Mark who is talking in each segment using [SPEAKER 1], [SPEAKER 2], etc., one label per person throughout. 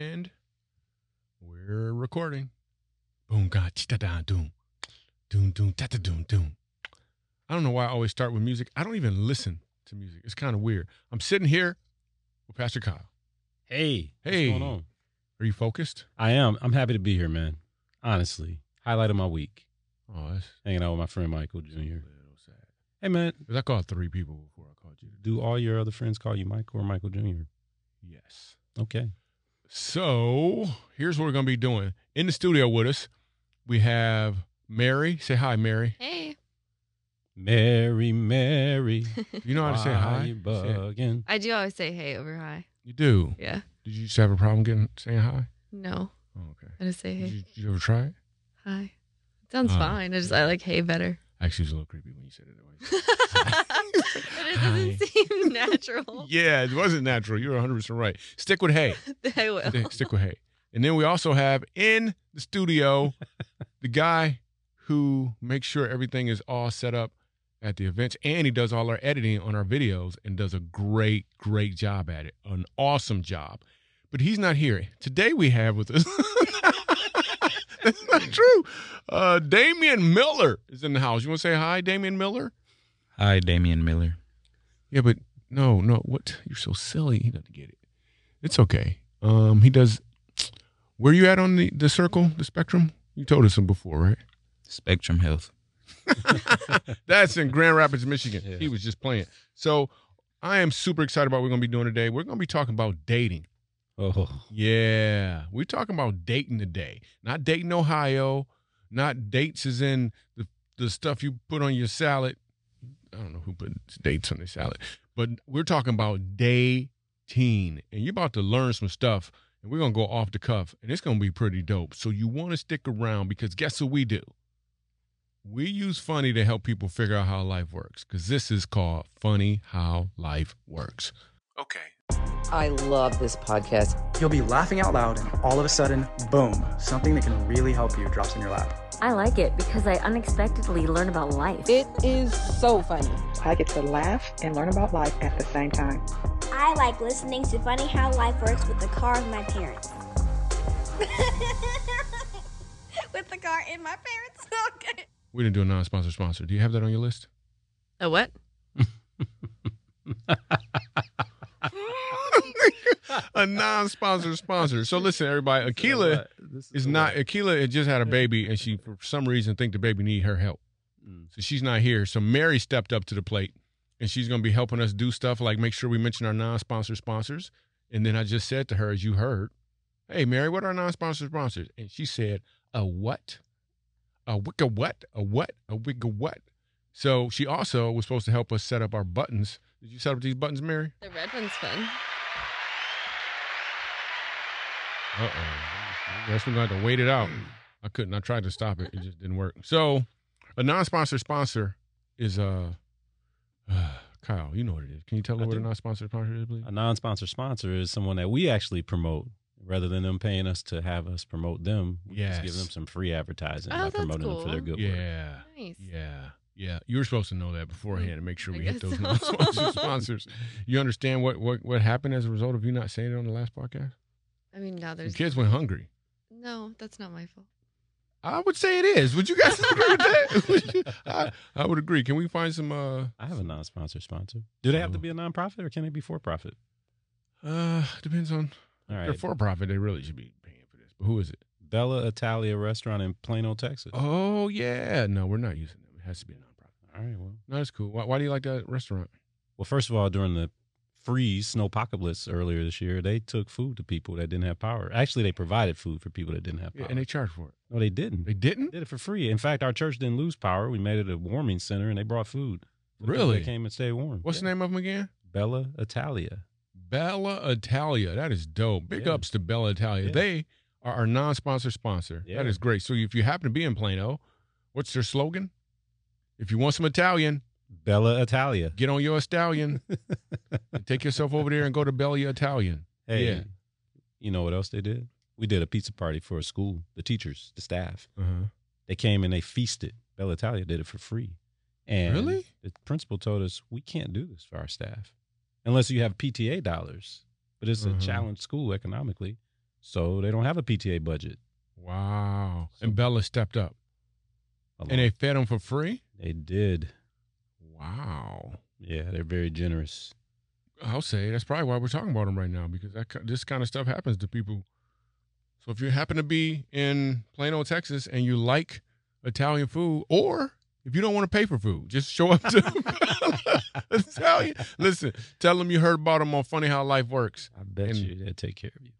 [SPEAKER 1] And we're recording. Boom ga chi da da doom. Doom doom da da doom doom. I don't know why I always start with music. I don't even listen to music. It's kind of weird. I'm sitting here with Pastor Kyle.
[SPEAKER 2] Hey,
[SPEAKER 1] Hey.
[SPEAKER 2] what's going on?
[SPEAKER 1] Are you focused?
[SPEAKER 2] I am. I'm happy to be here, man. Honestly, highlight of my week,
[SPEAKER 1] Oh, that's
[SPEAKER 2] hanging out with my friend Michael Jr.
[SPEAKER 1] little sad.
[SPEAKER 2] Hey, man,
[SPEAKER 1] 'Cause I called three people before I called you.
[SPEAKER 2] do all your other friends call you Michael or Michael Jr.?
[SPEAKER 1] Yes.
[SPEAKER 2] Okay.
[SPEAKER 1] So here's what we're gonna be doing. In the studio with us, we have Mary. Say hi, Mary.
[SPEAKER 3] Hey.
[SPEAKER 2] Mary, Mary,
[SPEAKER 1] You know how to say
[SPEAKER 2] why
[SPEAKER 1] hi.
[SPEAKER 2] You
[SPEAKER 1] Say it.
[SPEAKER 2] bugging?
[SPEAKER 3] I do always say hey over hi.
[SPEAKER 1] You do.
[SPEAKER 3] Yeah.
[SPEAKER 1] Did you just have a problem getting saying hi?
[SPEAKER 3] No.
[SPEAKER 1] Oh, okay.
[SPEAKER 3] I just say
[SPEAKER 1] Did
[SPEAKER 3] hey.
[SPEAKER 1] you, did you ever try it?
[SPEAKER 3] Hi. It sounds
[SPEAKER 1] Uh,
[SPEAKER 3] fine. I just I like hey better.
[SPEAKER 1] Actually, it was a little creepy when you said it that
[SPEAKER 3] it
[SPEAKER 1] Hi.
[SPEAKER 3] doesn't seem natural.
[SPEAKER 1] yeah, it wasn't natural. You're 100 percent right. Stick with hey.
[SPEAKER 3] I will.
[SPEAKER 1] Stick, stick with hey. And then we also have in the studio the guy who makes sure everything is all set up at the events, and he does all our editing on our videos and does a great, great job at it. An awesome job. But he's not here today. We have with us. That's not true. Uh, Damian Miller is in the house. You want to say hi, Damian Miller?
[SPEAKER 4] Hi, Damian Miller.
[SPEAKER 1] Yeah, but no, no. What? You're so silly. He doesn't get it. It's okay. Um, he does. Where you at on the the circle, the spectrum? You told us him before,
[SPEAKER 4] Spectrum Health.
[SPEAKER 1] right? That's in Grand Rapids, Michigan.
[SPEAKER 2] Yeah.
[SPEAKER 1] He was just playing. So I am super excited about what we're gonna be doing today. We're gonna be talking about dating.
[SPEAKER 2] Oh,
[SPEAKER 1] Yeah, we're talking about dating today. Not dating Ohio. Not dates is in the the stuff you put on your salad. I don't know who put dates on their salad, but we're talking about dating, and you're about to learn some stuff. And we're gonna go off the cuff, and it's gonna be pretty dope. So you want to stick around because guess what we do? We use funny to help people figure out how life works. Because this is called funny how life works. Okay,
[SPEAKER 5] I love this podcast.
[SPEAKER 6] You'll be laughing out loud, and all of a sudden, boom, something that can really help you drops in your lap.
[SPEAKER 7] I like it because I unexpectedly learn about life.
[SPEAKER 8] It is so funny.
[SPEAKER 9] I get to laugh and learn about life at the same time.
[SPEAKER 10] I like listening to Funny How Life Works with the car of my parents. with the car in my parents' pocket.
[SPEAKER 1] we didn't do a non-sponsor sponsor. Do you have that on your list?
[SPEAKER 3] A what?
[SPEAKER 1] a non-sponsor sponsor. So listen, everybody, Akila is not Akila. Had just had a baby, and she for some reason think the baby need her help,
[SPEAKER 2] Mm.
[SPEAKER 1] so she's not here. So Mary stepped up to the plate, and she's going to be helping us do stuff like make sure we mention our non-sponsor sponsors. And then I just said to her, as you heard, "Hey, Mary, what are non-sponsor sponsors?" And she said, "A what? A wicka what? A what? A wicka what?" So she also was supposed to help us set up our buttons. Did you set up these buttons, Mary?
[SPEAKER 3] The red one's fun.
[SPEAKER 1] Uh oh. Guess we're gonna have to wait it out. I couldn't. I tried to stop it. It just didn't work. So, a non-sponsor sponsor is uh, uh Kyle. You know what it is. Can you tell
[SPEAKER 2] I
[SPEAKER 1] me what a
[SPEAKER 2] do.
[SPEAKER 1] non-sponsor sponsor is, please?
[SPEAKER 2] a non-sponsor sponsor is someone that we actually promote. Rather than them paying us to have us promote them, we just give
[SPEAKER 1] Yes.
[SPEAKER 2] them some free advertising
[SPEAKER 3] Oh,
[SPEAKER 2] by
[SPEAKER 3] that's
[SPEAKER 2] promoting them for
[SPEAKER 3] cool.
[SPEAKER 2] their good work.
[SPEAKER 1] Yeah.
[SPEAKER 3] Nice.
[SPEAKER 1] Yeah. Yeah. You were supposed to know that beforehand and make sure
[SPEAKER 3] I
[SPEAKER 1] we hit
[SPEAKER 3] guess
[SPEAKER 1] those
[SPEAKER 3] so.
[SPEAKER 1] non-sponsor sponsors. You understand what what what happened as a result of you not saying it on the last podcast?
[SPEAKER 3] I mean now
[SPEAKER 1] The
[SPEAKER 3] there's
[SPEAKER 1] kids went hungry.
[SPEAKER 3] No, that's not my fault.
[SPEAKER 1] I would say it is. Would you guys agree with that? Would you- I, I would agree. Can we find some uh
[SPEAKER 2] I have a non-sponsor sponsor. Do they have to
[SPEAKER 1] Oh.
[SPEAKER 2] be a nonprofit or can they be for-profit?
[SPEAKER 1] uh depends on
[SPEAKER 2] All
[SPEAKER 1] They're
[SPEAKER 2] right.
[SPEAKER 1] for profit. They really should be paying for this. But who is it?
[SPEAKER 2] Bella Italia restaurant in Plano, Texas.
[SPEAKER 1] Oh yeah, no, we're not using them. It has to be a nonprofit.
[SPEAKER 2] All right, well.
[SPEAKER 1] No, that's cool. Why, why do you like that restaurant?
[SPEAKER 2] Well, first of all, during the freeze snowpocalypse earlier this year, they took food to people that didn't have power. Actually, they provided food for people that didn't have power.
[SPEAKER 1] and they charge for it.
[SPEAKER 2] no, they didn't.
[SPEAKER 1] They
[SPEAKER 2] They
[SPEAKER 1] didn't.
[SPEAKER 2] did it for free. In fact, our church didn't lose power. We made it a warming center and they brought food. for people
[SPEAKER 1] Really?
[SPEAKER 2] That came and stayed warm.
[SPEAKER 1] What's the name of them again?
[SPEAKER 2] Bella Italia.
[SPEAKER 1] Bella Italia. That is dope. Big
[SPEAKER 2] Yeah.
[SPEAKER 1] ups to Bella Italia.
[SPEAKER 2] Yeah.
[SPEAKER 1] They are our non-sponsor sponsor.
[SPEAKER 2] Yeah.
[SPEAKER 1] That is great. So if you happen to be in Plano, what's their slogan? If you want some Italian,
[SPEAKER 2] Bella Italia.
[SPEAKER 1] get on your stallion and take yourself over there and go to Bella Italian.
[SPEAKER 2] Hey,
[SPEAKER 1] Yeah.
[SPEAKER 2] you know what else they did? We did a pizza party for a school, the teachers, the staff.
[SPEAKER 1] Uh-huh.
[SPEAKER 2] They came and they feasted. Bella Italia did it for free. And
[SPEAKER 1] Really?
[SPEAKER 2] the principal told us we can't do this for our staff unless you have PTA dollars. But it's
[SPEAKER 1] Uh-huh.
[SPEAKER 2] a challenged school economically. So they don't have a PTA budget.
[SPEAKER 1] Wow. And Bella stepped up. And they fed them for free?
[SPEAKER 2] they did.
[SPEAKER 1] Wow.
[SPEAKER 2] Yeah, they're very generous.
[SPEAKER 1] I'll say that's probably why we're talking about them right now because that, ki- this kind of stuff happens to people. So if you happen to be in Plano, Texas, and you like Italian food, or if you don't want to pay for food, just show up to Italian. Listen, tell them you heard about them on Funny How Life Works,
[SPEAKER 2] I bet
[SPEAKER 1] And-
[SPEAKER 2] you they take care of you.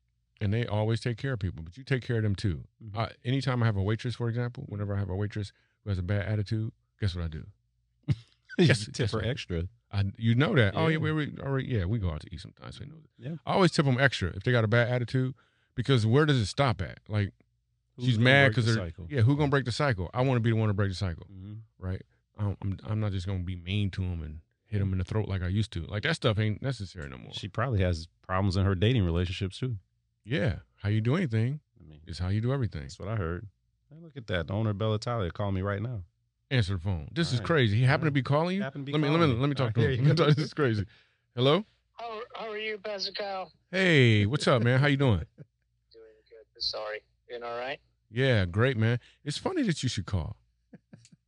[SPEAKER 1] and they always take care of people. But you take care of them too. Uh, anytime I have a waitress, for example, whenever I have a waitress who has a bad attitude, guess what I do? Yes,
[SPEAKER 2] You tip
[SPEAKER 1] yes,
[SPEAKER 2] her
[SPEAKER 1] ma'am.
[SPEAKER 2] extra.
[SPEAKER 1] I, you know that. Oh yeah,
[SPEAKER 2] Yeah.
[SPEAKER 1] we, we already yeah we go out to eat sometimes. So you know that.
[SPEAKER 2] Yeah.
[SPEAKER 1] I always tip them extra if they got a bad attitude because where does it stop at? Like
[SPEAKER 2] Who's
[SPEAKER 1] she's
[SPEAKER 2] gonna
[SPEAKER 1] mad
[SPEAKER 2] break the
[SPEAKER 1] because they're
[SPEAKER 2] cycle?
[SPEAKER 1] yeah who gonna break the cycle? I want to be the one to break the cycle,
[SPEAKER 2] Mhm.
[SPEAKER 1] right? I don't, I'm I'm not just gonna be mean to them and hit them in the throat like I used to. Like that stuff ain't necessary no more.
[SPEAKER 2] She probably has problems in her dating relationships too.
[SPEAKER 1] yeah, how you do anything
[SPEAKER 2] I mean,
[SPEAKER 1] is how you do everything.
[SPEAKER 2] that's what I heard. Hey, look at that. The owner of Bella Talia called me right now.
[SPEAKER 1] Answer the phone. This
[SPEAKER 2] All
[SPEAKER 1] is
[SPEAKER 2] right.
[SPEAKER 1] crazy. He happened
[SPEAKER 2] All
[SPEAKER 1] to be calling you.
[SPEAKER 2] Happened to be
[SPEAKER 1] let me let
[SPEAKER 2] calling
[SPEAKER 1] me
[SPEAKER 2] me.
[SPEAKER 1] let me talk
[SPEAKER 2] All right,
[SPEAKER 1] to
[SPEAKER 2] here
[SPEAKER 1] him.
[SPEAKER 2] you
[SPEAKER 1] Let me
[SPEAKER 2] go.
[SPEAKER 1] talk- This is crazy. Hello.
[SPEAKER 8] How, how are you, Pascal?
[SPEAKER 1] Hey, what's up, man? How you doing?
[SPEAKER 8] Doing good. Sorry. Doing all right?
[SPEAKER 1] Yeah, great man. It's funny that you should call.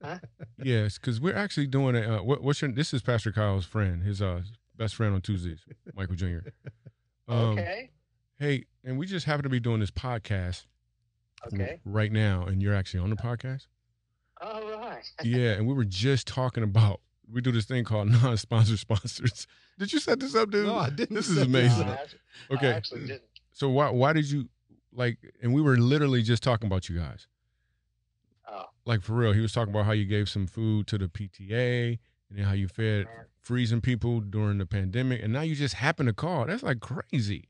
[SPEAKER 8] Huh?
[SPEAKER 1] Yes, because we're actually doing a. Uh, what, what's your? This is Pastor Kyle's friend, his uh best friend on Tuesdays, Michael Jr. Um,
[SPEAKER 8] okay.
[SPEAKER 1] Hey, and we just happen to be doing this podcast
[SPEAKER 8] Okay.
[SPEAKER 1] right now, and you're actually on the podcast.
[SPEAKER 8] All right.
[SPEAKER 1] yeah, and we were just talking about we do this thing called non-sponsor sponsors. Did you set this up, dude?
[SPEAKER 2] No, I didn't
[SPEAKER 1] This is
[SPEAKER 2] set this
[SPEAKER 1] amazing.
[SPEAKER 8] I, I
[SPEAKER 1] Okay,
[SPEAKER 8] actually didn't.
[SPEAKER 1] so why why did you like? And we were literally just talking about you guys.
[SPEAKER 8] Oh,
[SPEAKER 1] like for real, he was talking about how you gave some food to the PTA and then how you fed
[SPEAKER 8] man.
[SPEAKER 1] freezing people during the pandemic, and now you just happen to call. That's like crazy.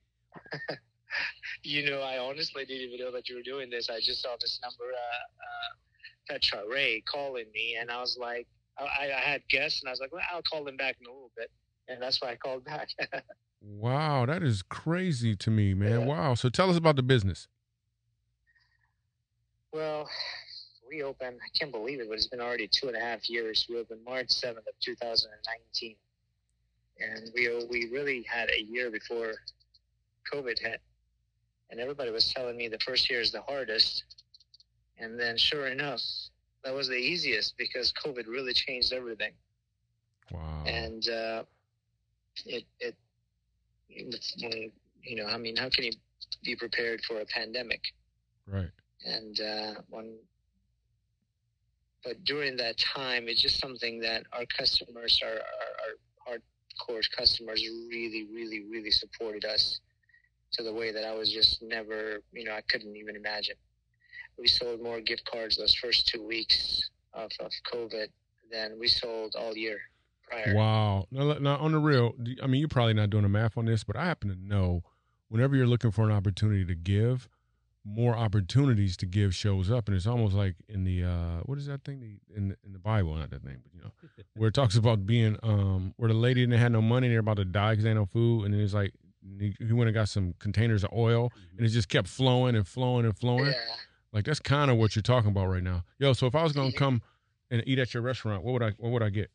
[SPEAKER 8] You know, I honestly didn't even know that you were doing this. I just saw this number, uh, uh, Petra Ray, calling me, and I was like, I, I had guests, and I was like, well, I'll call him back in a little bit. And that's why I called back.
[SPEAKER 1] Wow, that is crazy to me, man.
[SPEAKER 8] Yeah.
[SPEAKER 1] Wow. So tell us about the business.
[SPEAKER 8] Well, we opened, I can't believe it, but it's been already two and a half years. We opened March 7th of 2019. And we, we really had a year before COVID hit. And everybody was telling me the first year is the hardest. And then, sure enough, that was the easiest because COVID really changed everything
[SPEAKER 1] Wow.
[SPEAKER 8] and uh, it, it when, you know I mean how can you be prepared for a pandemic
[SPEAKER 1] right.
[SPEAKER 8] and uh, when but during that time it's just something that our customers our, our, our hardcore customers really really really supported us to the way that i was just never you know i couldn't even imagine we sold more gift cards those first two weeks of, of covid than we sold all year prior
[SPEAKER 1] Wow. Now, let- now, on the real, do- I mean, you're probably not doing the math on this, but I happen to know whenever you're looking for an opportunity to give, more opportunities to give shows up, and it's almost like in the uh, what is that thing the, in the, in the Bible? Not that name, but you know, where it talks about being um, where the lady didn't have no money, and they're about to die because they ain't no food, and then it's like he he went and got some containers of oil, and it just kept flowing and flowing and flowing.
[SPEAKER 8] Yeah.
[SPEAKER 1] Like that's kind of what you're talking about right now, yo. So if I was gonna come and eat at your restaurant, what would I what would I get?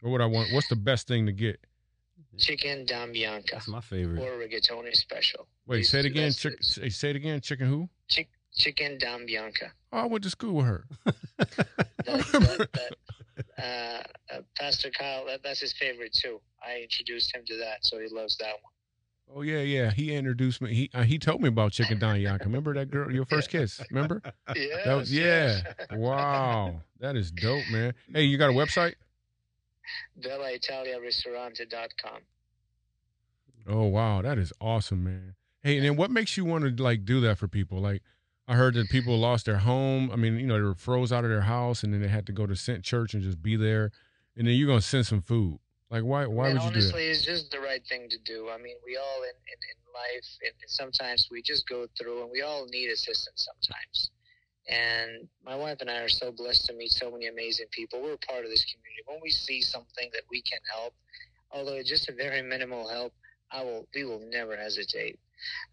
[SPEAKER 1] What would I want? What's the best thing to get?
[SPEAKER 8] Chicken Dambianca
[SPEAKER 2] That's my favorite.
[SPEAKER 8] or rigatoni special.
[SPEAKER 1] Wait,
[SPEAKER 8] These
[SPEAKER 1] say it
[SPEAKER 8] two,
[SPEAKER 1] again.
[SPEAKER 8] that's
[SPEAKER 1] Chick,
[SPEAKER 8] it.
[SPEAKER 1] say say it again. Chicken who?
[SPEAKER 8] Chick, chicken Dambianca.
[SPEAKER 1] Oh, I went to school with her.
[SPEAKER 8] That, that, that, uh, uh, Pastor Kyle, that, that's his favorite too. I introduced him to that, so he loves that one.
[SPEAKER 1] Oh yeah, yeah. He introduced me. He uh, he told me about chicken don yanka. Remember that girl? Your first kiss. Remember?
[SPEAKER 8] Yes,
[SPEAKER 1] That was yeah.
[SPEAKER 8] yes.
[SPEAKER 1] Wow, that is dope, man. Hey, you got a website?
[SPEAKER 8] BellaItaliaRestaurante.com.
[SPEAKER 1] Oh wow, that is awesome, man. Hey, and then what makes you want to like do that for people? Like, I heard that people lost their home. I mean, you know, they were froze out of their house, and then they had to go to Sent Church and just be there. And then you're gonna send some food. Like, why? Why
[SPEAKER 8] and
[SPEAKER 1] would you do
[SPEAKER 8] honestly,
[SPEAKER 1] that?
[SPEAKER 8] it's just the right thing to do. I mean, we all in, in, in life, and sometimes we just go through, and we all need assistance sometimes. And my wife and I are so blessed to meet so many amazing people. We're a part of this community. When we see something that we can help, although it's just a very minimal help, I will. We will never hesitate.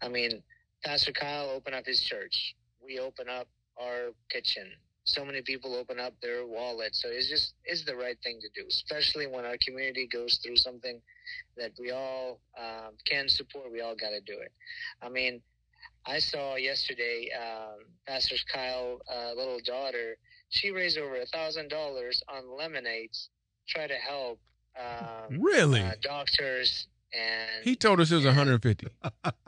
[SPEAKER 8] I mean, Pastor Kyle opened up his church. We open up our kitchen. So many people open up their wallet. So it's just it's the right thing to do, especially when our community goes through something that we all um, can support. We all got to do it. I mean, I saw yesterday um, Pastor Kyle' uh, little daughter. She raised over a thousand dollars on lemonades, try to help um,
[SPEAKER 1] Really?
[SPEAKER 8] uh, doctors and
[SPEAKER 1] He told us it was 150.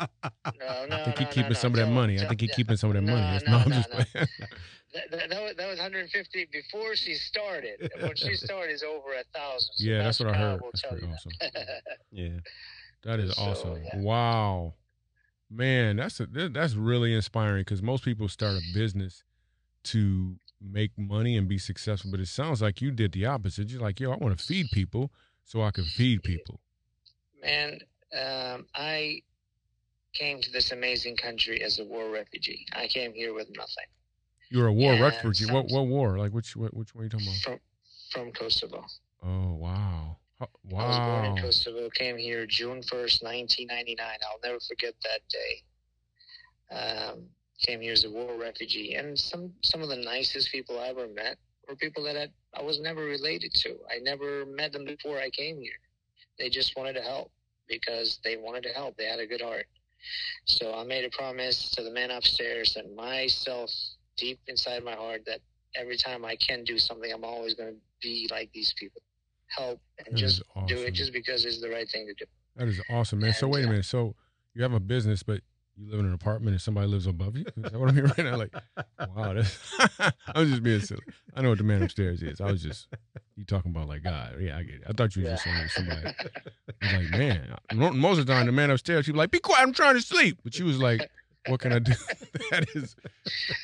[SPEAKER 8] no, no,
[SPEAKER 1] I think he's
[SPEAKER 8] no, no,
[SPEAKER 1] keeping
[SPEAKER 8] no.
[SPEAKER 1] some of that
[SPEAKER 8] Don't-
[SPEAKER 1] money. I
[SPEAKER 8] don't-
[SPEAKER 1] think he's keeping some of that
[SPEAKER 8] No,
[SPEAKER 1] money. That's-
[SPEAKER 8] no,
[SPEAKER 1] I'm
[SPEAKER 8] no,
[SPEAKER 1] just
[SPEAKER 8] no.
[SPEAKER 1] playing.
[SPEAKER 8] That, that, that was, that was 150 before she started. When she started, is over a thousand. So
[SPEAKER 1] Yeah, that's
[SPEAKER 8] Pastor
[SPEAKER 1] what I
[SPEAKER 8] Kyle
[SPEAKER 1] heard.
[SPEAKER 8] will
[SPEAKER 1] That's
[SPEAKER 8] tell
[SPEAKER 1] pretty
[SPEAKER 8] you
[SPEAKER 1] awesome.
[SPEAKER 8] that.
[SPEAKER 2] Yeah.
[SPEAKER 1] That is
[SPEAKER 8] So,
[SPEAKER 1] awesome.
[SPEAKER 8] yeah.
[SPEAKER 1] Wow, man, that's a, that- that's really inspiring because most people start a business to make money and be successful, but it sounds like you did the opposite. You're like, yo, I want to feed people so I can feed people.
[SPEAKER 8] Man, um, I came to this amazing country as a war refugee. I came here with nothing
[SPEAKER 1] You're a war
[SPEAKER 8] Yeah,
[SPEAKER 1] refugee. What
[SPEAKER 8] sounds-
[SPEAKER 1] what war? Like which what, which one are you talking about?
[SPEAKER 8] from from Kosovo.
[SPEAKER 1] Oh wow, Ho-
[SPEAKER 8] I was born
[SPEAKER 1] wow.
[SPEAKER 8] Oh, in Kosovo, came here June 1st, 1999. I'll never forget that day. Um, came here as a war refugee, and some, some of the nicest people I ever met were people that I, I was never related to. I never met them before I came here. They just wanted to help because they wanted to help. They had a good heart. So I made a promise to the man upstairs and myself deep inside my heart that every time I can do something, I'm always going to be like these people. Help and
[SPEAKER 1] That
[SPEAKER 8] just
[SPEAKER 1] is awesome.
[SPEAKER 8] do it just because it's the right thing to do.
[SPEAKER 1] That is awesome, man. So
[SPEAKER 8] And,
[SPEAKER 1] wait a
[SPEAKER 8] uh,
[SPEAKER 1] minute. So you have a business, but you live in an apartment and somebody lives above you. Is that what I mean right now? Like, wow, that's I was just being silly. I know what the man upstairs is. I was just you talking about like God. Yeah, I get it. I thought you were just saying to somebody. I was like, man, mo- most of the time the man upstairs, she was like, be quiet, I'm trying to sleep. But she was like, what can I do? that is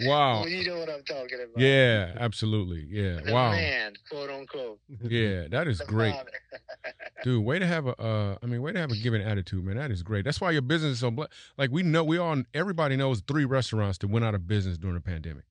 [SPEAKER 1] wow.
[SPEAKER 8] Well, you know what I'm talking about.
[SPEAKER 1] Yeah, absolutely. Yeah.
[SPEAKER 8] The
[SPEAKER 1] Wow.
[SPEAKER 8] man, quote unquote.
[SPEAKER 1] Yeah, that is
[SPEAKER 8] The
[SPEAKER 1] great.
[SPEAKER 8] father.
[SPEAKER 1] Dude, way to have a, uh, I mean, way to have a given attitude, man. That is great. That's why your business is so, bla- like, we know, we all, everybody knows three restaurants that went out of business during the pandemic.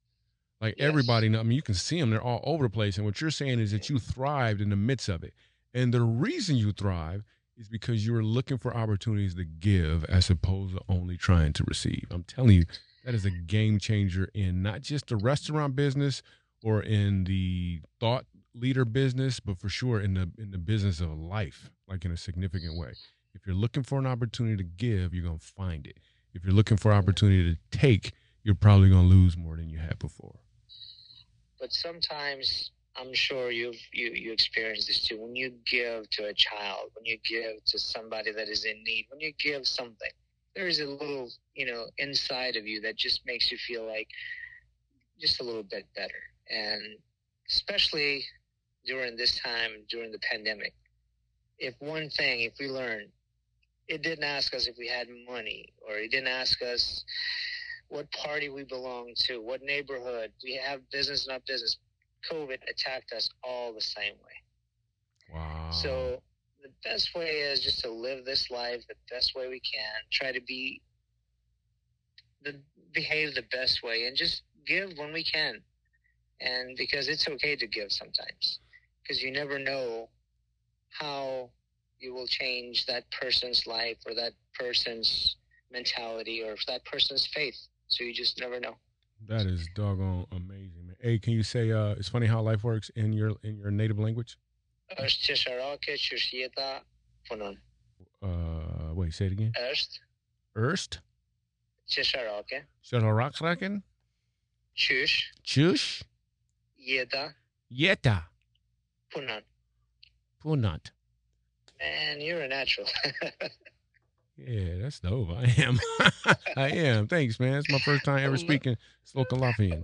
[SPEAKER 1] Like,
[SPEAKER 8] Yes.
[SPEAKER 1] everybody know, I mean, you can see them, they're all over the place. And what you're saying is that you thrived in the midst of it. And the reason you thrive is because you were looking for opportunities to give as opposed to only trying to receive. I'm telling you, that is a game changer in not just the restaurant business or in the thought leader business, but for sure in the in the business of life, like in a significant way. If you're looking for an opportunity to give, you're gonna find it. If you're looking for opportunity to take, you're probably gonna lose more than you had before.
[SPEAKER 8] but sometimes I'm sure you've you you experience this too. When you give to a child, when you give to somebody that is in need, when you give something, there is a little you know inside of you that just makes you feel like just a little bit better. And especially during this time, during the pandemic, if one thing, if we learn, it didn't ask us if we had money, or it didn't ask us what party we belong to, what neighborhood we have business, not business. COVID attacked us all the same way.
[SPEAKER 1] Wow.
[SPEAKER 8] So the best way is just to live this life the best way we can. Try to be the behave the best way and just give when we can. And because it's okay to give sometimes. Because you never know how you will change that person's life or that person's mentality or that person's faith. So you just never know.
[SPEAKER 1] that is doggone amazing, man. Hey, can you say uh it's funny how life works in your in your native language?
[SPEAKER 8] Është që sharake që shjeta punon.
[SPEAKER 1] Uh wait, say it again.
[SPEAKER 8] Është
[SPEAKER 1] Erst?
[SPEAKER 8] që sharake
[SPEAKER 1] Shalarakhlaken?
[SPEAKER 8] qysh
[SPEAKER 1] Chush?
[SPEAKER 8] jeta
[SPEAKER 1] Yeta.
[SPEAKER 8] punon.
[SPEAKER 1] Punat.
[SPEAKER 8] Man, you're a natural.
[SPEAKER 1] Yeah, that's dope. I am. I am. Thanks, man. It's my first time ever speaking Slovakalafian.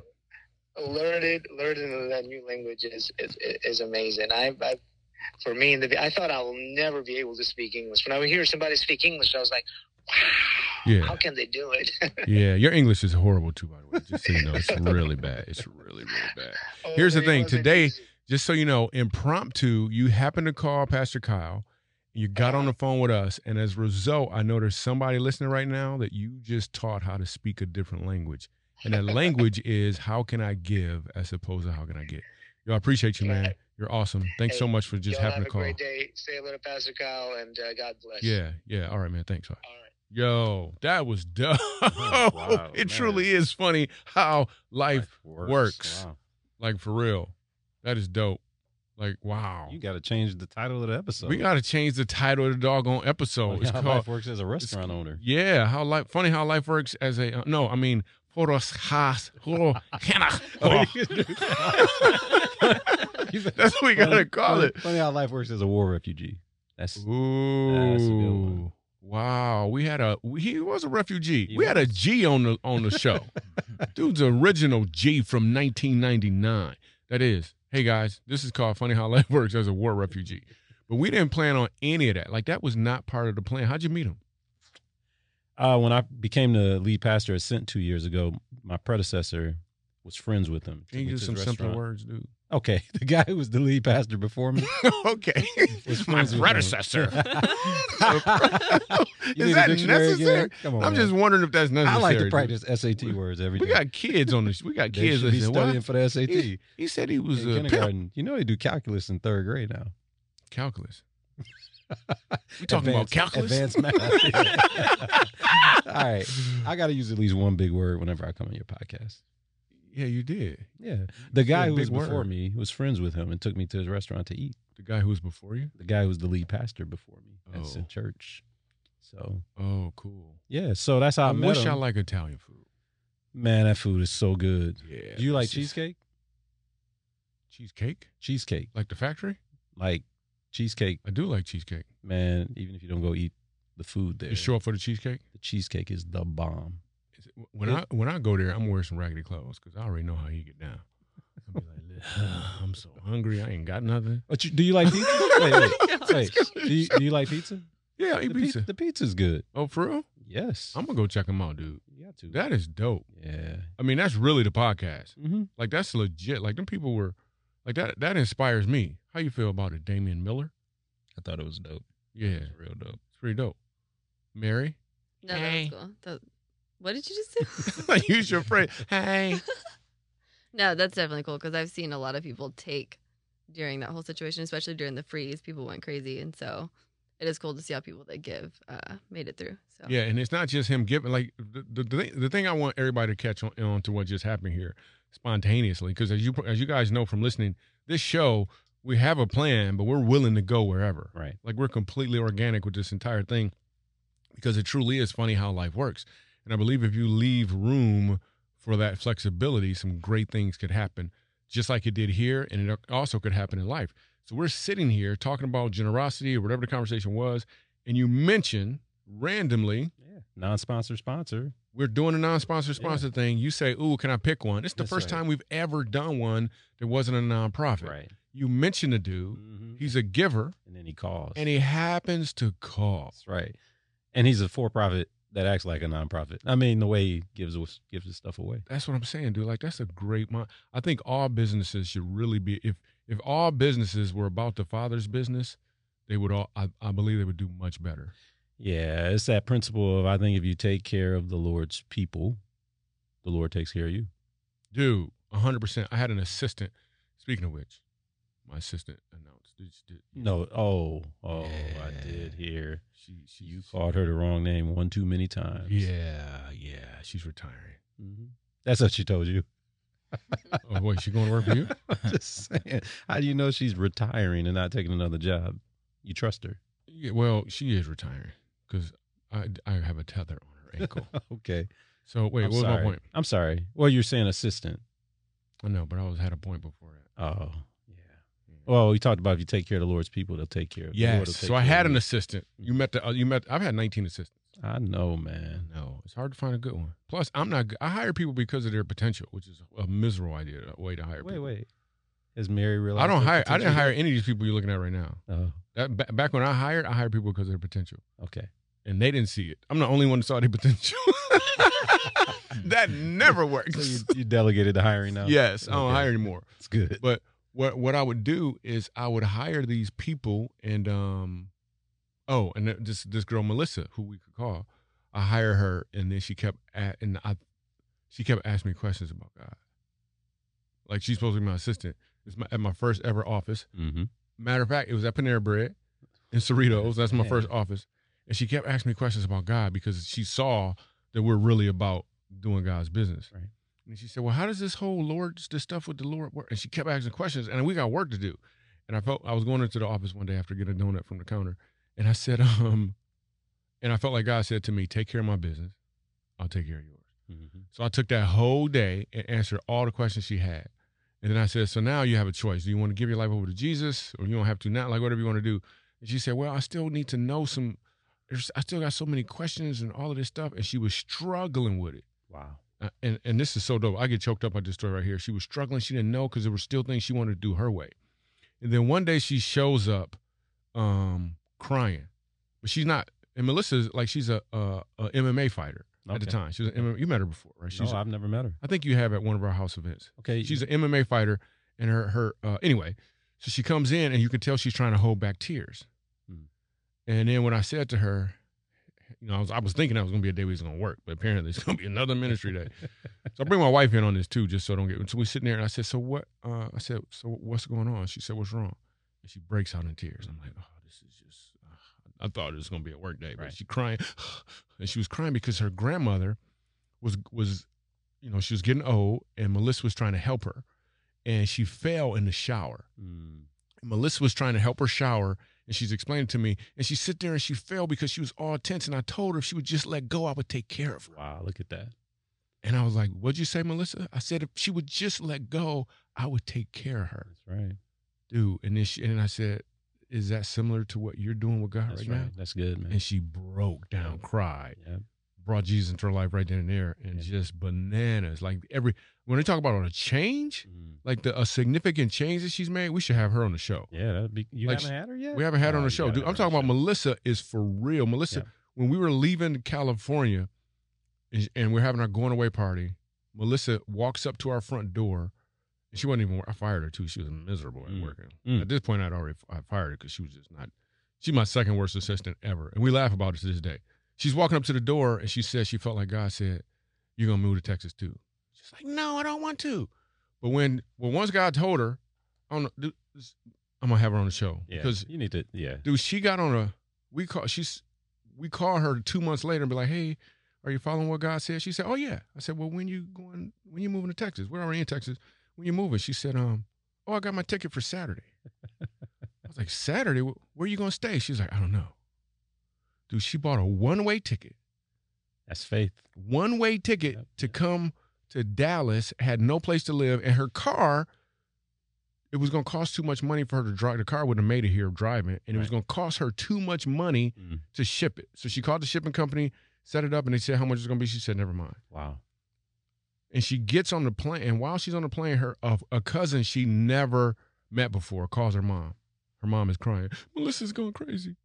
[SPEAKER 8] learning learning that new language is is, is amazing. I, I for me, in the, I thought I will never be able to speak English. When I would hear somebody speak English, I was like, wow,
[SPEAKER 1] Yeah.
[SPEAKER 8] how can they do it?
[SPEAKER 1] Yeah, your English is horrible too, by the way. Just so you know, it's really bad. It's really, really bad. Here's the
[SPEAKER 8] It
[SPEAKER 1] thing.
[SPEAKER 8] wasn't
[SPEAKER 1] Today-
[SPEAKER 8] easy.
[SPEAKER 1] Just so you know, impromptu, you happened to call Pastor Kyle. You got on the phone with us, and as a result, I know there's somebody listening right now that you just taught how to speak a different language. And that language is how can I give as opposed to how can I get. Yo, I appreciate you, man. You're awesome. Thanks so much for just
[SPEAKER 8] Y'all
[SPEAKER 1] having
[SPEAKER 8] have
[SPEAKER 1] to
[SPEAKER 8] a
[SPEAKER 1] call.
[SPEAKER 8] great day. Say hello to Pastor Kyle, and uh, God bless.
[SPEAKER 1] Yeah, yeah. All right, man. Thanks. All right.
[SPEAKER 8] All right.
[SPEAKER 1] Yo, that was dope.
[SPEAKER 2] Oh, wow,
[SPEAKER 1] it
[SPEAKER 2] man.
[SPEAKER 1] truly is funny how life,
[SPEAKER 2] works.
[SPEAKER 1] works.
[SPEAKER 2] Wow.
[SPEAKER 1] like for real, that is dope. Like, wow.
[SPEAKER 2] You got to change the title of the episode.
[SPEAKER 1] we got to change the title of the doggone episode.
[SPEAKER 2] Like
[SPEAKER 1] it's
[SPEAKER 2] how
[SPEAKER 1] called
[SPEAKER 2] life works as a restaurant owner.
[SPEAKER 1] Yeah, how life. Funny how life works as a uh, no. I mean, horos has horo- hana.
[SPEAKER 2] Oh,
[SPEAKER 1] Oh.
[SPEAKER 2] you can do that.
[SPEAKER 1] That's what we gotta call
[SPEAKER 2] funny,
[SPEAKER 1] it.
[SPEAKER 2] Funny how life works as a war refugee. That's That's a good one.
[SPEAKER 1] Ooh, wow. We had a he was a refugee.
[SPEAKER 2] He
[SPEAKER 1] we had a
[SPEAKER 2] was.
[SPEAKER 1] G on the on the show. Dude's original G from 1999. That is. Hey guys, this is called Funny How Life Works as a War Refugee. But we didn't plan on any of that. Like that was not part of the plan. How'd you meet him?
[SPEAKER 2] uh, when I became the lead pastor at Scent two years ago. My predecessor was friends with him.
[SPEAKER 1] Can you
[SPEAKER 2] Took me
[SPEAKER 1] use
[SPEAKER 2] to
[SPEAKER 1] some
[SPEAKER 2] his
[SPEAKER 1] simpler
[SPEAKER 2] restaurant.
[SPEAKER 1] words, dude?
[SPEAKER 2] Okay, the guy who was the lead pastor before me
[SPEAKER 1] okay.
[SPEAKER 2] was
[SPEAKER 1] My
[SPEAKER 2] friends with him.
[SPEAKER 1] predecessor.
[SPEAKER 2] You
[SPEAKER 1] is
[SPEAKER 2] need a
[SPEAKER 1] that
[SPEAKER 2] dictionary again?
[SPEAKER 1] necessary?
[SPEAKER 2] Come on,
[SPEAKER 1] I'm
[SPEAKER 2] man.
[SPEAKER 1] just wondering if that's
[SPEAKER 2] I
[SPEAKER 1] necessary.
[SPEAKER 2] like to
[SPEAKER 1] dude.
[SPEAKER 2] practice SAT words every day.
[SPEAKER 1] We got kids on this. We got
[SPEAKER 2] They
[SPEAKER 1] kids
[SPEAKER 2] should be
[SPEAKER 1] listening. What?
[SPEAKER 2] studying for the SAT.
[SPEAKER 1] He, he said he was
[SPEAKER 2] in
[SPEAKER 1] a pimp.
[SPEAKER 2] kindergarten. You know they do calculus in third grade now.
[SPEAKER 1] calculus. We talking about
[SPEAKER 2] Advanced-
[SPEAKER 1] calculus?
[SPEAKER 2] Advanced math. All right. I got to use at least one big word whenever I come on your podcast.
[SPEAKER 1] Yeah, you did.
[SPEAKER 2] Yeah. The guy
[SPEAKER 1] a
[SPEAKER 2] who was
[SPEAKER 1] big
[SPEAKER 2] before
[SPEAKER 1] word.
[SPEAKER 2] me was friends with him and took me to his restaurant to eat.
[SPEAKER 1] The guy who was before you.
[SPEAKER 2] The guy who was the lead pastor before me That's
[SPEAKER 1] Oh.
[SPEAKER 2] at the church. So,
[SPEAKER 1] Oh, cool.
[SPEAKER 2] yeah. So that's how I,
[SPEAKER 1] I
[SPEAKER 2] met
[SPEAKER 1] wish
[SPEAKER 2] him.
[SPEAKER 1] I like Italian food.
[SPEAKER 2] Man, that food is so good.
[SPEAKER 1] Yeah.
[SPEAKER 2] do you like
[SPEAKER 1] it's just-
[SPEAKER 2] cheesecake?
[SPEAKER 1] Cheesecake?
[SPEAKER 2] Cheesecake.
[SPEAKER 1] Like the factory?
[SPEAKER 2] Like cheesecake,
[SPEAKER 1] I do like cheesecake.
[SPEAKER 2] man, even if you don't go eat the food there.
[SPEAKER 1] You show up for the cheesecake?
[SPEAKER 2] The cheesecake is the bomb.
[SPEAKER 1] Is it- When I when I go there, I'm wearing some raggedy clothes because I already know how you get down. I'll be like, "Listen, I'm so hungry. I ain't got nothing.
[SPEAKER 2] But you, do you like pizza? wait, wait, wait. Do you, do you like pizza?
[SPEAKER 1] Yeah, I
[SPEAKER 2] The
[SPEAKER 1] eat
[SPEAKER 2] pi-
[SPEAKER 1] pizza.
[SPEAKER 2] the pizza's good.
[SPEAKER 1] Oh, for real?
[SPEAKER 2] Yes.
[SPEAKER 1] I'm gonna go check them out, dude.
[SPEAKER 2] you got to.
[SPEAKER 1] That is dope.
[SPEAKER 2] yeah.
[SPEAKER 1] I mean, that's really the podcast.
[SPEAKER 2] Mm-hmm.
[SPEAKER 1] Like that's legit. Like them people were like that that inspires me. How you feel about it, Damian Miller?
[SPEAKER 4] I thought it was dope.
[SPEAKER 1] Yeah.
[SPEAKER 4] It was real dope.
[SPEAKER 1] It's pretty dope. Mary?
[SPEAKER 3] No,
[SPEAKER 1] Hey.
[SPEAKER 3] that was cool. That- what did you just do?
[SPEAKER 1] Like, Use your phrase. Hey.
[SPEAKER 3] no, that's definitely cool because I've seen a lot of people take during that whole situation, especially during the freeze. People went crazy, and so it is cool to see how people that give uh, made it through. So
[SPEAKER 1] Yeah, and it's not just him giving like the the, the, thing, the thing I want everybody to catch on, on to what just happened here spontaneously because as you as you guys know from listening this show we have a plan but we're willing to go wherever
[SPEAKER 2] Right.
[SPEAKER 1] like we're completely organic with this entire thing because it truly is funny how life works and I believe if you leave room for that flexibility some great things could happen just like it did here and it also could happen in life so we're sitting here talking about generosity or whatever the conversation was and you mentioned randomly
[SPEAKER 2] Yeah. Non-sponsor sponsor.
[SPEAKER 1] we're doing a non-sponsor sponsor thing. You say, "Ooh, can I pick one?" It's the
[SPEAKER 2] That's
[SPEAKER 1] first
[SPEAKER 2] right.
[SPEAKER 1] time we've ever done one that wasn't a nonprofit. You mention a dude.
[SPEAKER 2] Mm-hmm.
[SPEAKER 1] He's a giver,
[SPEAKER 2] and then he calls.
[SPEAKER 1] and he happens to call.
[SPEAKER 2] That's right. And he's a for-profit that acts like a non-profit. I mean, the way he gives gives his stuff away.
[SPEAKER 1] That's what I'm saying, dude. Like that's a great mind. I think all businesses should really be if if all businesses were about the father's business, they would all. I, I believe they would do much better.
[SPEAKER 2] Yeah, it's that principle of I think if you take care of the Lord's people, the Lord takes care of you.
[SPEAKER 1] Dude, 100. percent I had an assistant. Speaking of which, my assistant announced. Did, did,
[SPEAKER 2] No, oh, oh,
[SPEAKER 1] Hmm.
[SPEAKER 2] I
[SPEAKER 1] Yeah.
[SPEAKER 2] did hear.
[SPEAKER 1] she, she
[SPEAKER 2] You called her the wrong name one too many times.
[SPEAKER 1] Yeah, yeah. She's retiring.
[SPEAKER 2] hmm That's what she told you.
[SPEAKER 1] Oh, wait, she going to work for you?
[SPEAKER 2] I'm just saying. How do you know she's retiring and not taking another job? You trust her.
[SPEAKER 1] Yeah, well, she is retiring because I, I have a tether on her ankle.
[SPEAKER 2] okay.
[SPEAKER 1] So wait,
[SPEAKER 2] I'm
[SPEAKER 1] what was
[SPEAKER 2] sorry.
[SPEAKER 1] my point?
[SPEAKER 2] I'm sorry. Well, you're saying assistant.
[SPEAKER 1] I know, but I was had a point before that.
[SPEAKER 2] Oh, yeah. Well, we talked about if you take care of the Lord's people, they'll take care of the Lord will
[SPEAKER 1] Yes.
[SPEAKER 2] take
[SPEAKER 1] So I
[SPEAKER 2] care of
[SPEAKER 1] had an
[SPEAKER 2] you.
[SPEAKER 1] assistant. You met the. Uh, you met. I've had 19 assistants.
[SPEAKER 2] I know, man.
[SPEAKER 1] No, it's hard to find a good one. Plus, I'm not. g- I hire people because of their potential, which is a miserable idea. A way to hire.
[SPEAKER 2] Wait,
[SPEAKER 1] people.
[SPEAKER 2] wait. Has Mary realized?
[SPEAKER 1] I don't
[SPEAKER 2] her
[SPEAKER 1] hire. I didn't
[SPEAKER 2] potential
[SPEAKER 1] hire any of these people you're looking at right now.
[SPEAKER 2] yet? Oh,
[SPEAKER 1] That ba- back when I hired, I hired people because of their potential,
[SPEAKER 2] okay.
[SPEAKER 1] and they didn't see it. I'm the only one that saw their potential. that never works.
[SPEAKER 2] So you, you delegated the hiring now?
[SPEAKER 1] Yes, I don't
[SPEAKER 2] Okay.
[SPEAKER 1] hire anymore.
[SPEAKER 2] It's good.
[SPEAKER 1] But what what I would do is I would hire these people and um oh and th- this this girl Melissa who we could call I hire her and then she kept at, and I she kept asking me questions about God like she's supposed to be my assistant it's my, at my first ever office
[SPEAKER 2] Mm-hmm.
[SPEAKER 1] matter of fact it was at Panera Bread in Cerritos that's my first office and she kept asking me questions about God because she saw that we're really about doing God's business
[SPEAKER 2] Right.
[SPEAKER 1] and she said, "Well, how does this whole Lord, this stuff with the Lord work?" And she kept asking questions, and we got work to do. and I felt I was going into the office one day after getting a donut from the counter, and I said, um, and I felt like God said to me, "Take care of my business. I'll take care of yours."
[SPEAKER 2] Mhm.
[SPEAKER 1] So I took that whole day and answered all the questions she had. And then I said, So now you have a choice. Do you want to give your life over to Jesus or you don't have to now? Like, whatever you want to do. And she said, Well, I still need to know some, there's- I still got so many questions and all of this stuff. And she was struggling with it.
[SPEAKER 2] Wow.
[SPEAKER 1] Uh, And, and this is so dope. I get choked up by this story right here. She was struggling. She didn't know because there were still things she wanted to do her way. And then one day she shows up um, crying, but she's not. And Melissa's like, she's a, a, a MMA fighter at the
[SPEAKER 2] Okay.
[SPEAKER 1] time. She was an MMA, you met her before, right? She's
[SPEAKER 2] no, I've never met her.
[SPEAKER 1] I think you have at one of our house events.
[SPEAKER 2] Okay.
[SPEAKER 1] She's an MMA fighter, and her her uh, anyway. So she comes in, and you can tell she's trying to hold back tears.
[SPEAKER 2] Hmm.
[SPEAKER 1] And then when I said to her, you know, I was I was thinking that was gonna be a day we was gonna work, but apparently it's gonna be another ministry day. so I bring my wife in on this too, just so I don't get. So we sitting there, and I said, "So what?" Uh, I said, "So what's going on?" She said, "What's wrong?" And she breaks out in tears. I'm like, "Oh, this is just." Uh, I thought it was gonna be a work day, but
[SPEAKER 2] Right.
[SPEAKER 1] she crying, and she was crying because her grandmother was was you know, she was getting old and Melissa was trying to help her and she fell in the shower.
[SPEAKER 2] Mm.
[SPEAKER 1] And Melissa was trying to help her shower and she's explaining to me and she sit there and she fell because she was all tense and I told her if she would just let go, I would take care of her.
[SPEAKER 2] Wow. Look at that.
[SPEAKER 1] And I was like, what'd you say, Melissa? I said, if she would just let go, I would take care of her.
[SPEAKER 2] That's right.
[SPEAKER 1] Dude. And then she, and I said, is that similar to what you're doing with God
[SPEAKER 2] That's
[SPEAKER 1] right,
[SPEAKER 2] right.
[SPEAKER 1] now?
[SPEAKER 2] That's good, man.
[SPEAKER 1] And she broke down, cried
[SPEAKER 2] yeah.
[SPEAKER 1] brought Jesus into her life right then and there, and
[SPEAKER 2] Yeah.
[SPEAKER 1] just bananas. Like every when they talk about on a change,
[SPEAKER 2] Mm.
[SPEAKER 1] like the a significant change that she's made, we should have her on the show.
[SPEAKER 2] Yeah. That'd be, you
[SPEAKER 1] Like,
[SPEAKER 2] haven't had her yet?
[SPEAKER 1] We haven't had her on
[SPEAKER 2] Oh,
[SPEAKER 1] the
[SPEAKER 2] you
[SPEAKER 1] show,
[SPEAKER 2] gotta
[SPEAKER 1] dude.
[SPEAKER 2] have
[SPEAKER 1] I'm
[SPEAKER 2] her on
[SPEAKER 1] talking about
[SPEAKER 2] the
[SPEAKER 1] Melissa is for real. Melissa,
[SPEAKER 2] Yeah.
[SPEAKER 1] when we were leaving California, and, and we're having our going away party, Melissa walks up to our front door. and She wasn't even. I fired her too. She was miserable at
[SPEAKER 2] Mm.
[SPEAKER 1] working.
[SPEAKER 2] Mm.
[SPEAKER 1] At this point, I'd already I fired her because she was just not. She's my second worst assistant ever, and we laugh about it to this day. She's walking up to the door and she said she felt like God said, "You're gonna move to Texas too." She's like, "No, I don't want to." But when well, once God told her, I don't know, dude, this- I'm gonna have her on the show
[SPEAKER 2] Yeah.
[SPEAKER 1] because
[SPEAKER 2] you need to, yeah.
[SPEAKER 1] dude, she got on a we call she's we call her two months later and be like, "Hey, are you following what God said?" She said, "Oh yeah." I said, "Well, when you going? When you moving to Texas? We're already in Texas. When you moving?" She said, "Um, oh, I got my ticket for Saturday." I was like, "Saturday? Wh- Where you gonna stay?" She's like, "I don't know." Dude, she bought a one way ticket
[SPEAKER 2] That's faith.
[SPEAKER 1] one way ticket
[SPEAKER 2] Yep.
[SPEAKER 1] to come to Dallas, had no place to live, and her car, it was going to cost too much money for her to drive. The car would have made it here driving, and it was
[SPEAKER 2] Right.
[SPEAKER 1] going to cost her too much money
[SPEAKER 2] Mm.
[SPEAKER 1] to ship it. So she called the shipping company, set it up, and they said how much it's going to be. She said, never mind.
[SPEAKER 2] Wow.
[SPEAKER 1] And she gets on the plane, and while she's on the plane, her a, a cousin she never met before calls her mom. Her mom is crying. Melissa's going crazy.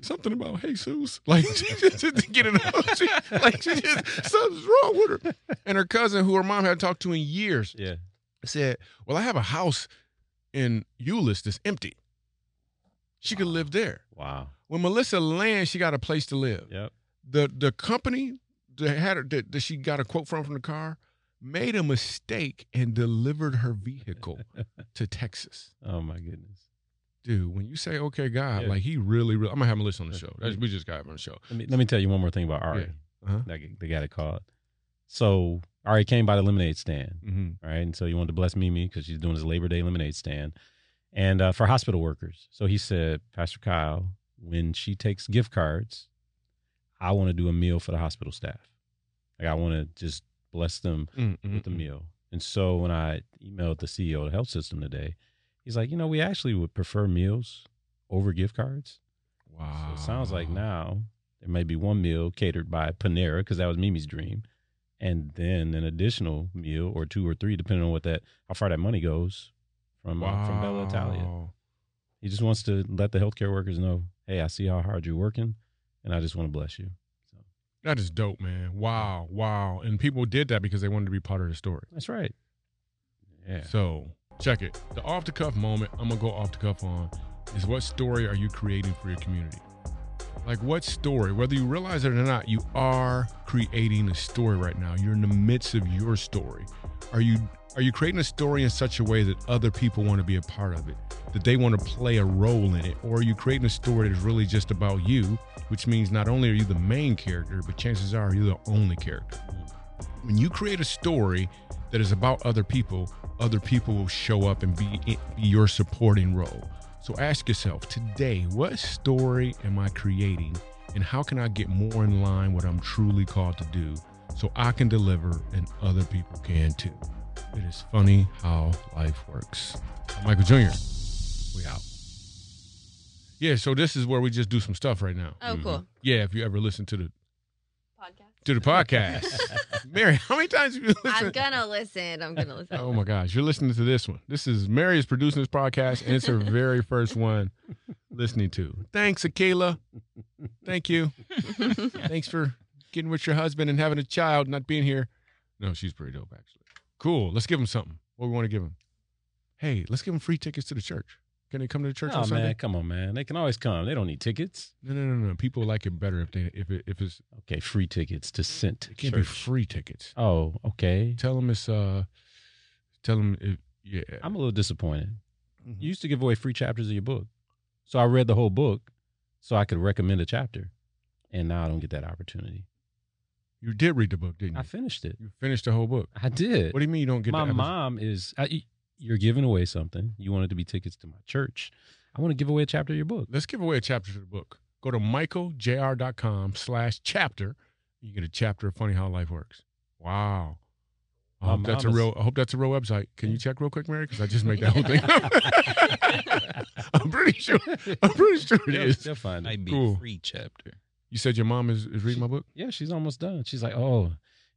[SPEAKER 1] Something about Jesus. Like she just didn't get it out. She, like she just something's wrong with her. And her cousin, who her mom had talked to in years,
[SPEAKER 2] Yeah.
[SPEAKER 1] said, "Well, I have a house in Euless that's empty. She could live there."
[SPEAKER 2] Wow.
[SPEAKER 1] When Melissa lands, she got a place to live
[SPEAKER 2] Yep.
[SPEAKER 1] the the company that had her, that, that she got a quote from from the car made a mistake and delivered her vehicle to Texas.
[SPEAKER 2] Oh my goodness.
[SPEAKER 1] Dude, when you say "Okay, God,"
[SPEAKER 2] Yeah.
[SPEAKER 1] like he really, really, I'm gonna have him listen on the show. That's-
[SPEAKER 2] Yeah.
[SPEAKER 1] we just got him on the show.
[SPEAKER 2] Let me let me tell you one more thing about Ari.
[SPEAKER 1] Yeah. Uh-huh.
[SPEAKER 2] That g- the guy that called. So Ari came by the lemonade stand,
[SPEAKER 1] Mm-hmm.
[SPEAKER 2] all right? And so he wanted to bless Mimi because she's doing his Labor Day lemonade stand, and uh, for hospital workers. So he said, Pastor Kyle, when she takes gift cards, I want to do a meal for the hospital staff. Like I want to just bless them
[SPEAKER 1] Mm-hmm.
[SPEAKER 2] with a meal. And so when I emailed the CEO of the health system today, he's like, you know, we actually would prefer meals over gift cards.
[SPEAKER 1] Wow.
[SPEAKER 2] So it sounds
[SPEAKER 1] Ah.
[SPEAKER 2] like now there may be one meal catered by Panera because that was Mimi's dream, and then an additional meal or two or three, depending on what that how far that money goes from uh, from Bella Italia.
[SPEAKER 1] Wow.
[SPEAKER 2] He just wants to let the healthcare workers know, hey, I see how hard you're working, and I just want to bless you. So
[SPEAKER 1] That is dope, man. Wow, wow. And people did that because they wanted to be part of the story.
[SPEAKER 2] that's right. Yeah.
[SPEAKER 1] So check it. The off the cuff moment I'm gonna go off the cuff on is what story are you creating for your community? Like what story, whether you realize it or not, you are creating a story right now. You're in the midst of your story. Are you are you creating a story in such a way that other people want to be a part of it? That they want to play a role in it? Or are you creating a story that's really just about you, which means not only are you the main character, but chances are you're the only character when you create a story that is about other people, other people will show up and be, be your supporting role. So ask yourself today, what story am I creating and how can I get more in line what I'm truly called to do so I can deliver and other people can too. It is funny how life works. I'm Michael Jr. We out. Yeah, so this is where we just do some stuff right now.
[SPEAKER 3] Oh, cool.
[SPEAKER 1] Yeah, if you ever listen to the Mm-hmm.
[SPEAKER 3] Podcast.
[SPEAKER 1] to the podcast. Mary, how many times have you
[SPEAKER 3] I'm
[SPEAKER 1] listened?
[SPEAKER 3] gonna listen. I'm gonna listen.
[SPEAKER 1] Oh my gosh, you're listening to this one. This is Mary is producing this podcast, and it's her very first one listening to. Thanks, Akela. Thank you. Thanks for getting with your husband and having a child, not being here. No, she's pretty dope, actually. Cool. Let's give him something. What we want to give him? Hey, let's give him free tickets to the church. Can they come to the church on
[SPEAKER 2] oh man,
[SPEAKER 1] Sunday?
[SPEAKER 2] come on, man. They can always come. They don't need tickets.
[SPEAKER 1] No, no, no, no. People like it better if they if it, if it's
[SPEAKER 2] Okay, free tickets to Scent
[SPEAKER 1] it can't be
[SPEAKER 2] Church.
[SPEAKER 1] free tickets.
[SPEAKER 2] oh, okay.
[SPEAKER 1] Tell them it's uh, tell them it, yeah.
[SPEAKER 2] I'm a little disappointed.
[SPEAKER 1] Mhm.
[SPEAKER 2] You used to give away free chapters of your book, so I read the whole book, so I could recommend a chapter, and now I don't get that opportunity.
[SPEAKER 1] you did read the book, didn't you?
[SPEAKER 2] I finished it.
[SPEAKER 1] you finished the whole book.
[SPEAKER 2] I did.
[SPEAKER 1] Mm-hmm. What do you mean you don't get
[SPEAKER 2] my
[SPEAKER 1] the episode?
[SPEAKER 2] mom is. I, you're giving away something. You wanted to be tickets to my church. I want to give away a chapter of your book.
[SPEAKER 1] Let's give away a chapter to the book. Go to michaeljr.com slash chapter. You get a chapter of Funny How Life Works. Wow. I
[SPEAKER 2] My
[SPEAKER 1] hope that's a
[SPEAKER 2] mom is-
[SPEAKER 1] real. I hope that's a real website. Can you check real quick, Mary? Because I just made that whole thing up. I'm pretty sure. I'm pretty sure it
[SPEAKER 2] They'll-
[SPEAKER 1] is.
[SPEAKER 2] They'll find it.
[SPEAKER 4] Might be
[SPEAKER 1] Cool.
[SPEAKER 4] free chapter.
[SPEAKER 1] You said your mom is, is reading my book.
[SPEAKER 2] Yeah, she's almost done. She's like, oh,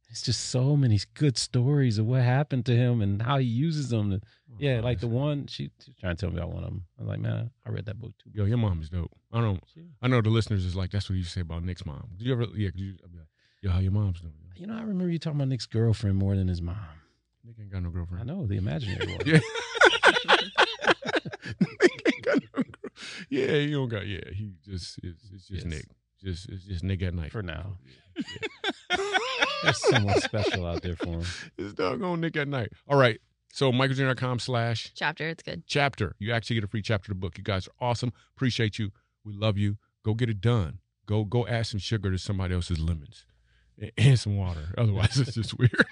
[SPEAKER 2] it's just so many good stories of what happened to him and how he uses them. to- yeah, like the one she, she was trying to tell me about one of them. I was like, man, I read that book too.
[SPEAKER 1] Yo, your mom is dope. I don't.
[SPEAKER 2] She-
[SPEAKER 1] I know the listeners is like that's what you say about Nick's mom. Do you ever? Yeah. 'cause you, I'd be like, Yo, how your mom's doing? Yo,
[SPEAKER 2] You know, I remember you talking about Nick's girlfriend more than his mom.
[SPEAKER 1] Nick ain't got no girlfriend.
[SPEAKER 2] I know the imaginary one.
[SPEAKER 1] Yeah. Nick ain't got no gr- yeah, he don't got. Yeah, he just it's, it's just
[SPEAKER 2] Yes.
[SPEAKER 1] Nick. Just it's just Nick at night
[SPEAKER 2] For now.
[SPEAKER 1] Yeah, yeah.
[SPEAKER 2] There's someone special out there for him.
[SPEAKER 1] It's doggone Nick at night. All right. So michaeljr.com slash
[SPEAKER 3] Chapter. It's good.
[SPEAKER 1] chapter. You actually get a free chapter of the book. You guys are awesome. Appreciate you. We love you. Go get it done. Go go add some sugar to somebody else's lemons and- and some water. Otherwise, it's just weird.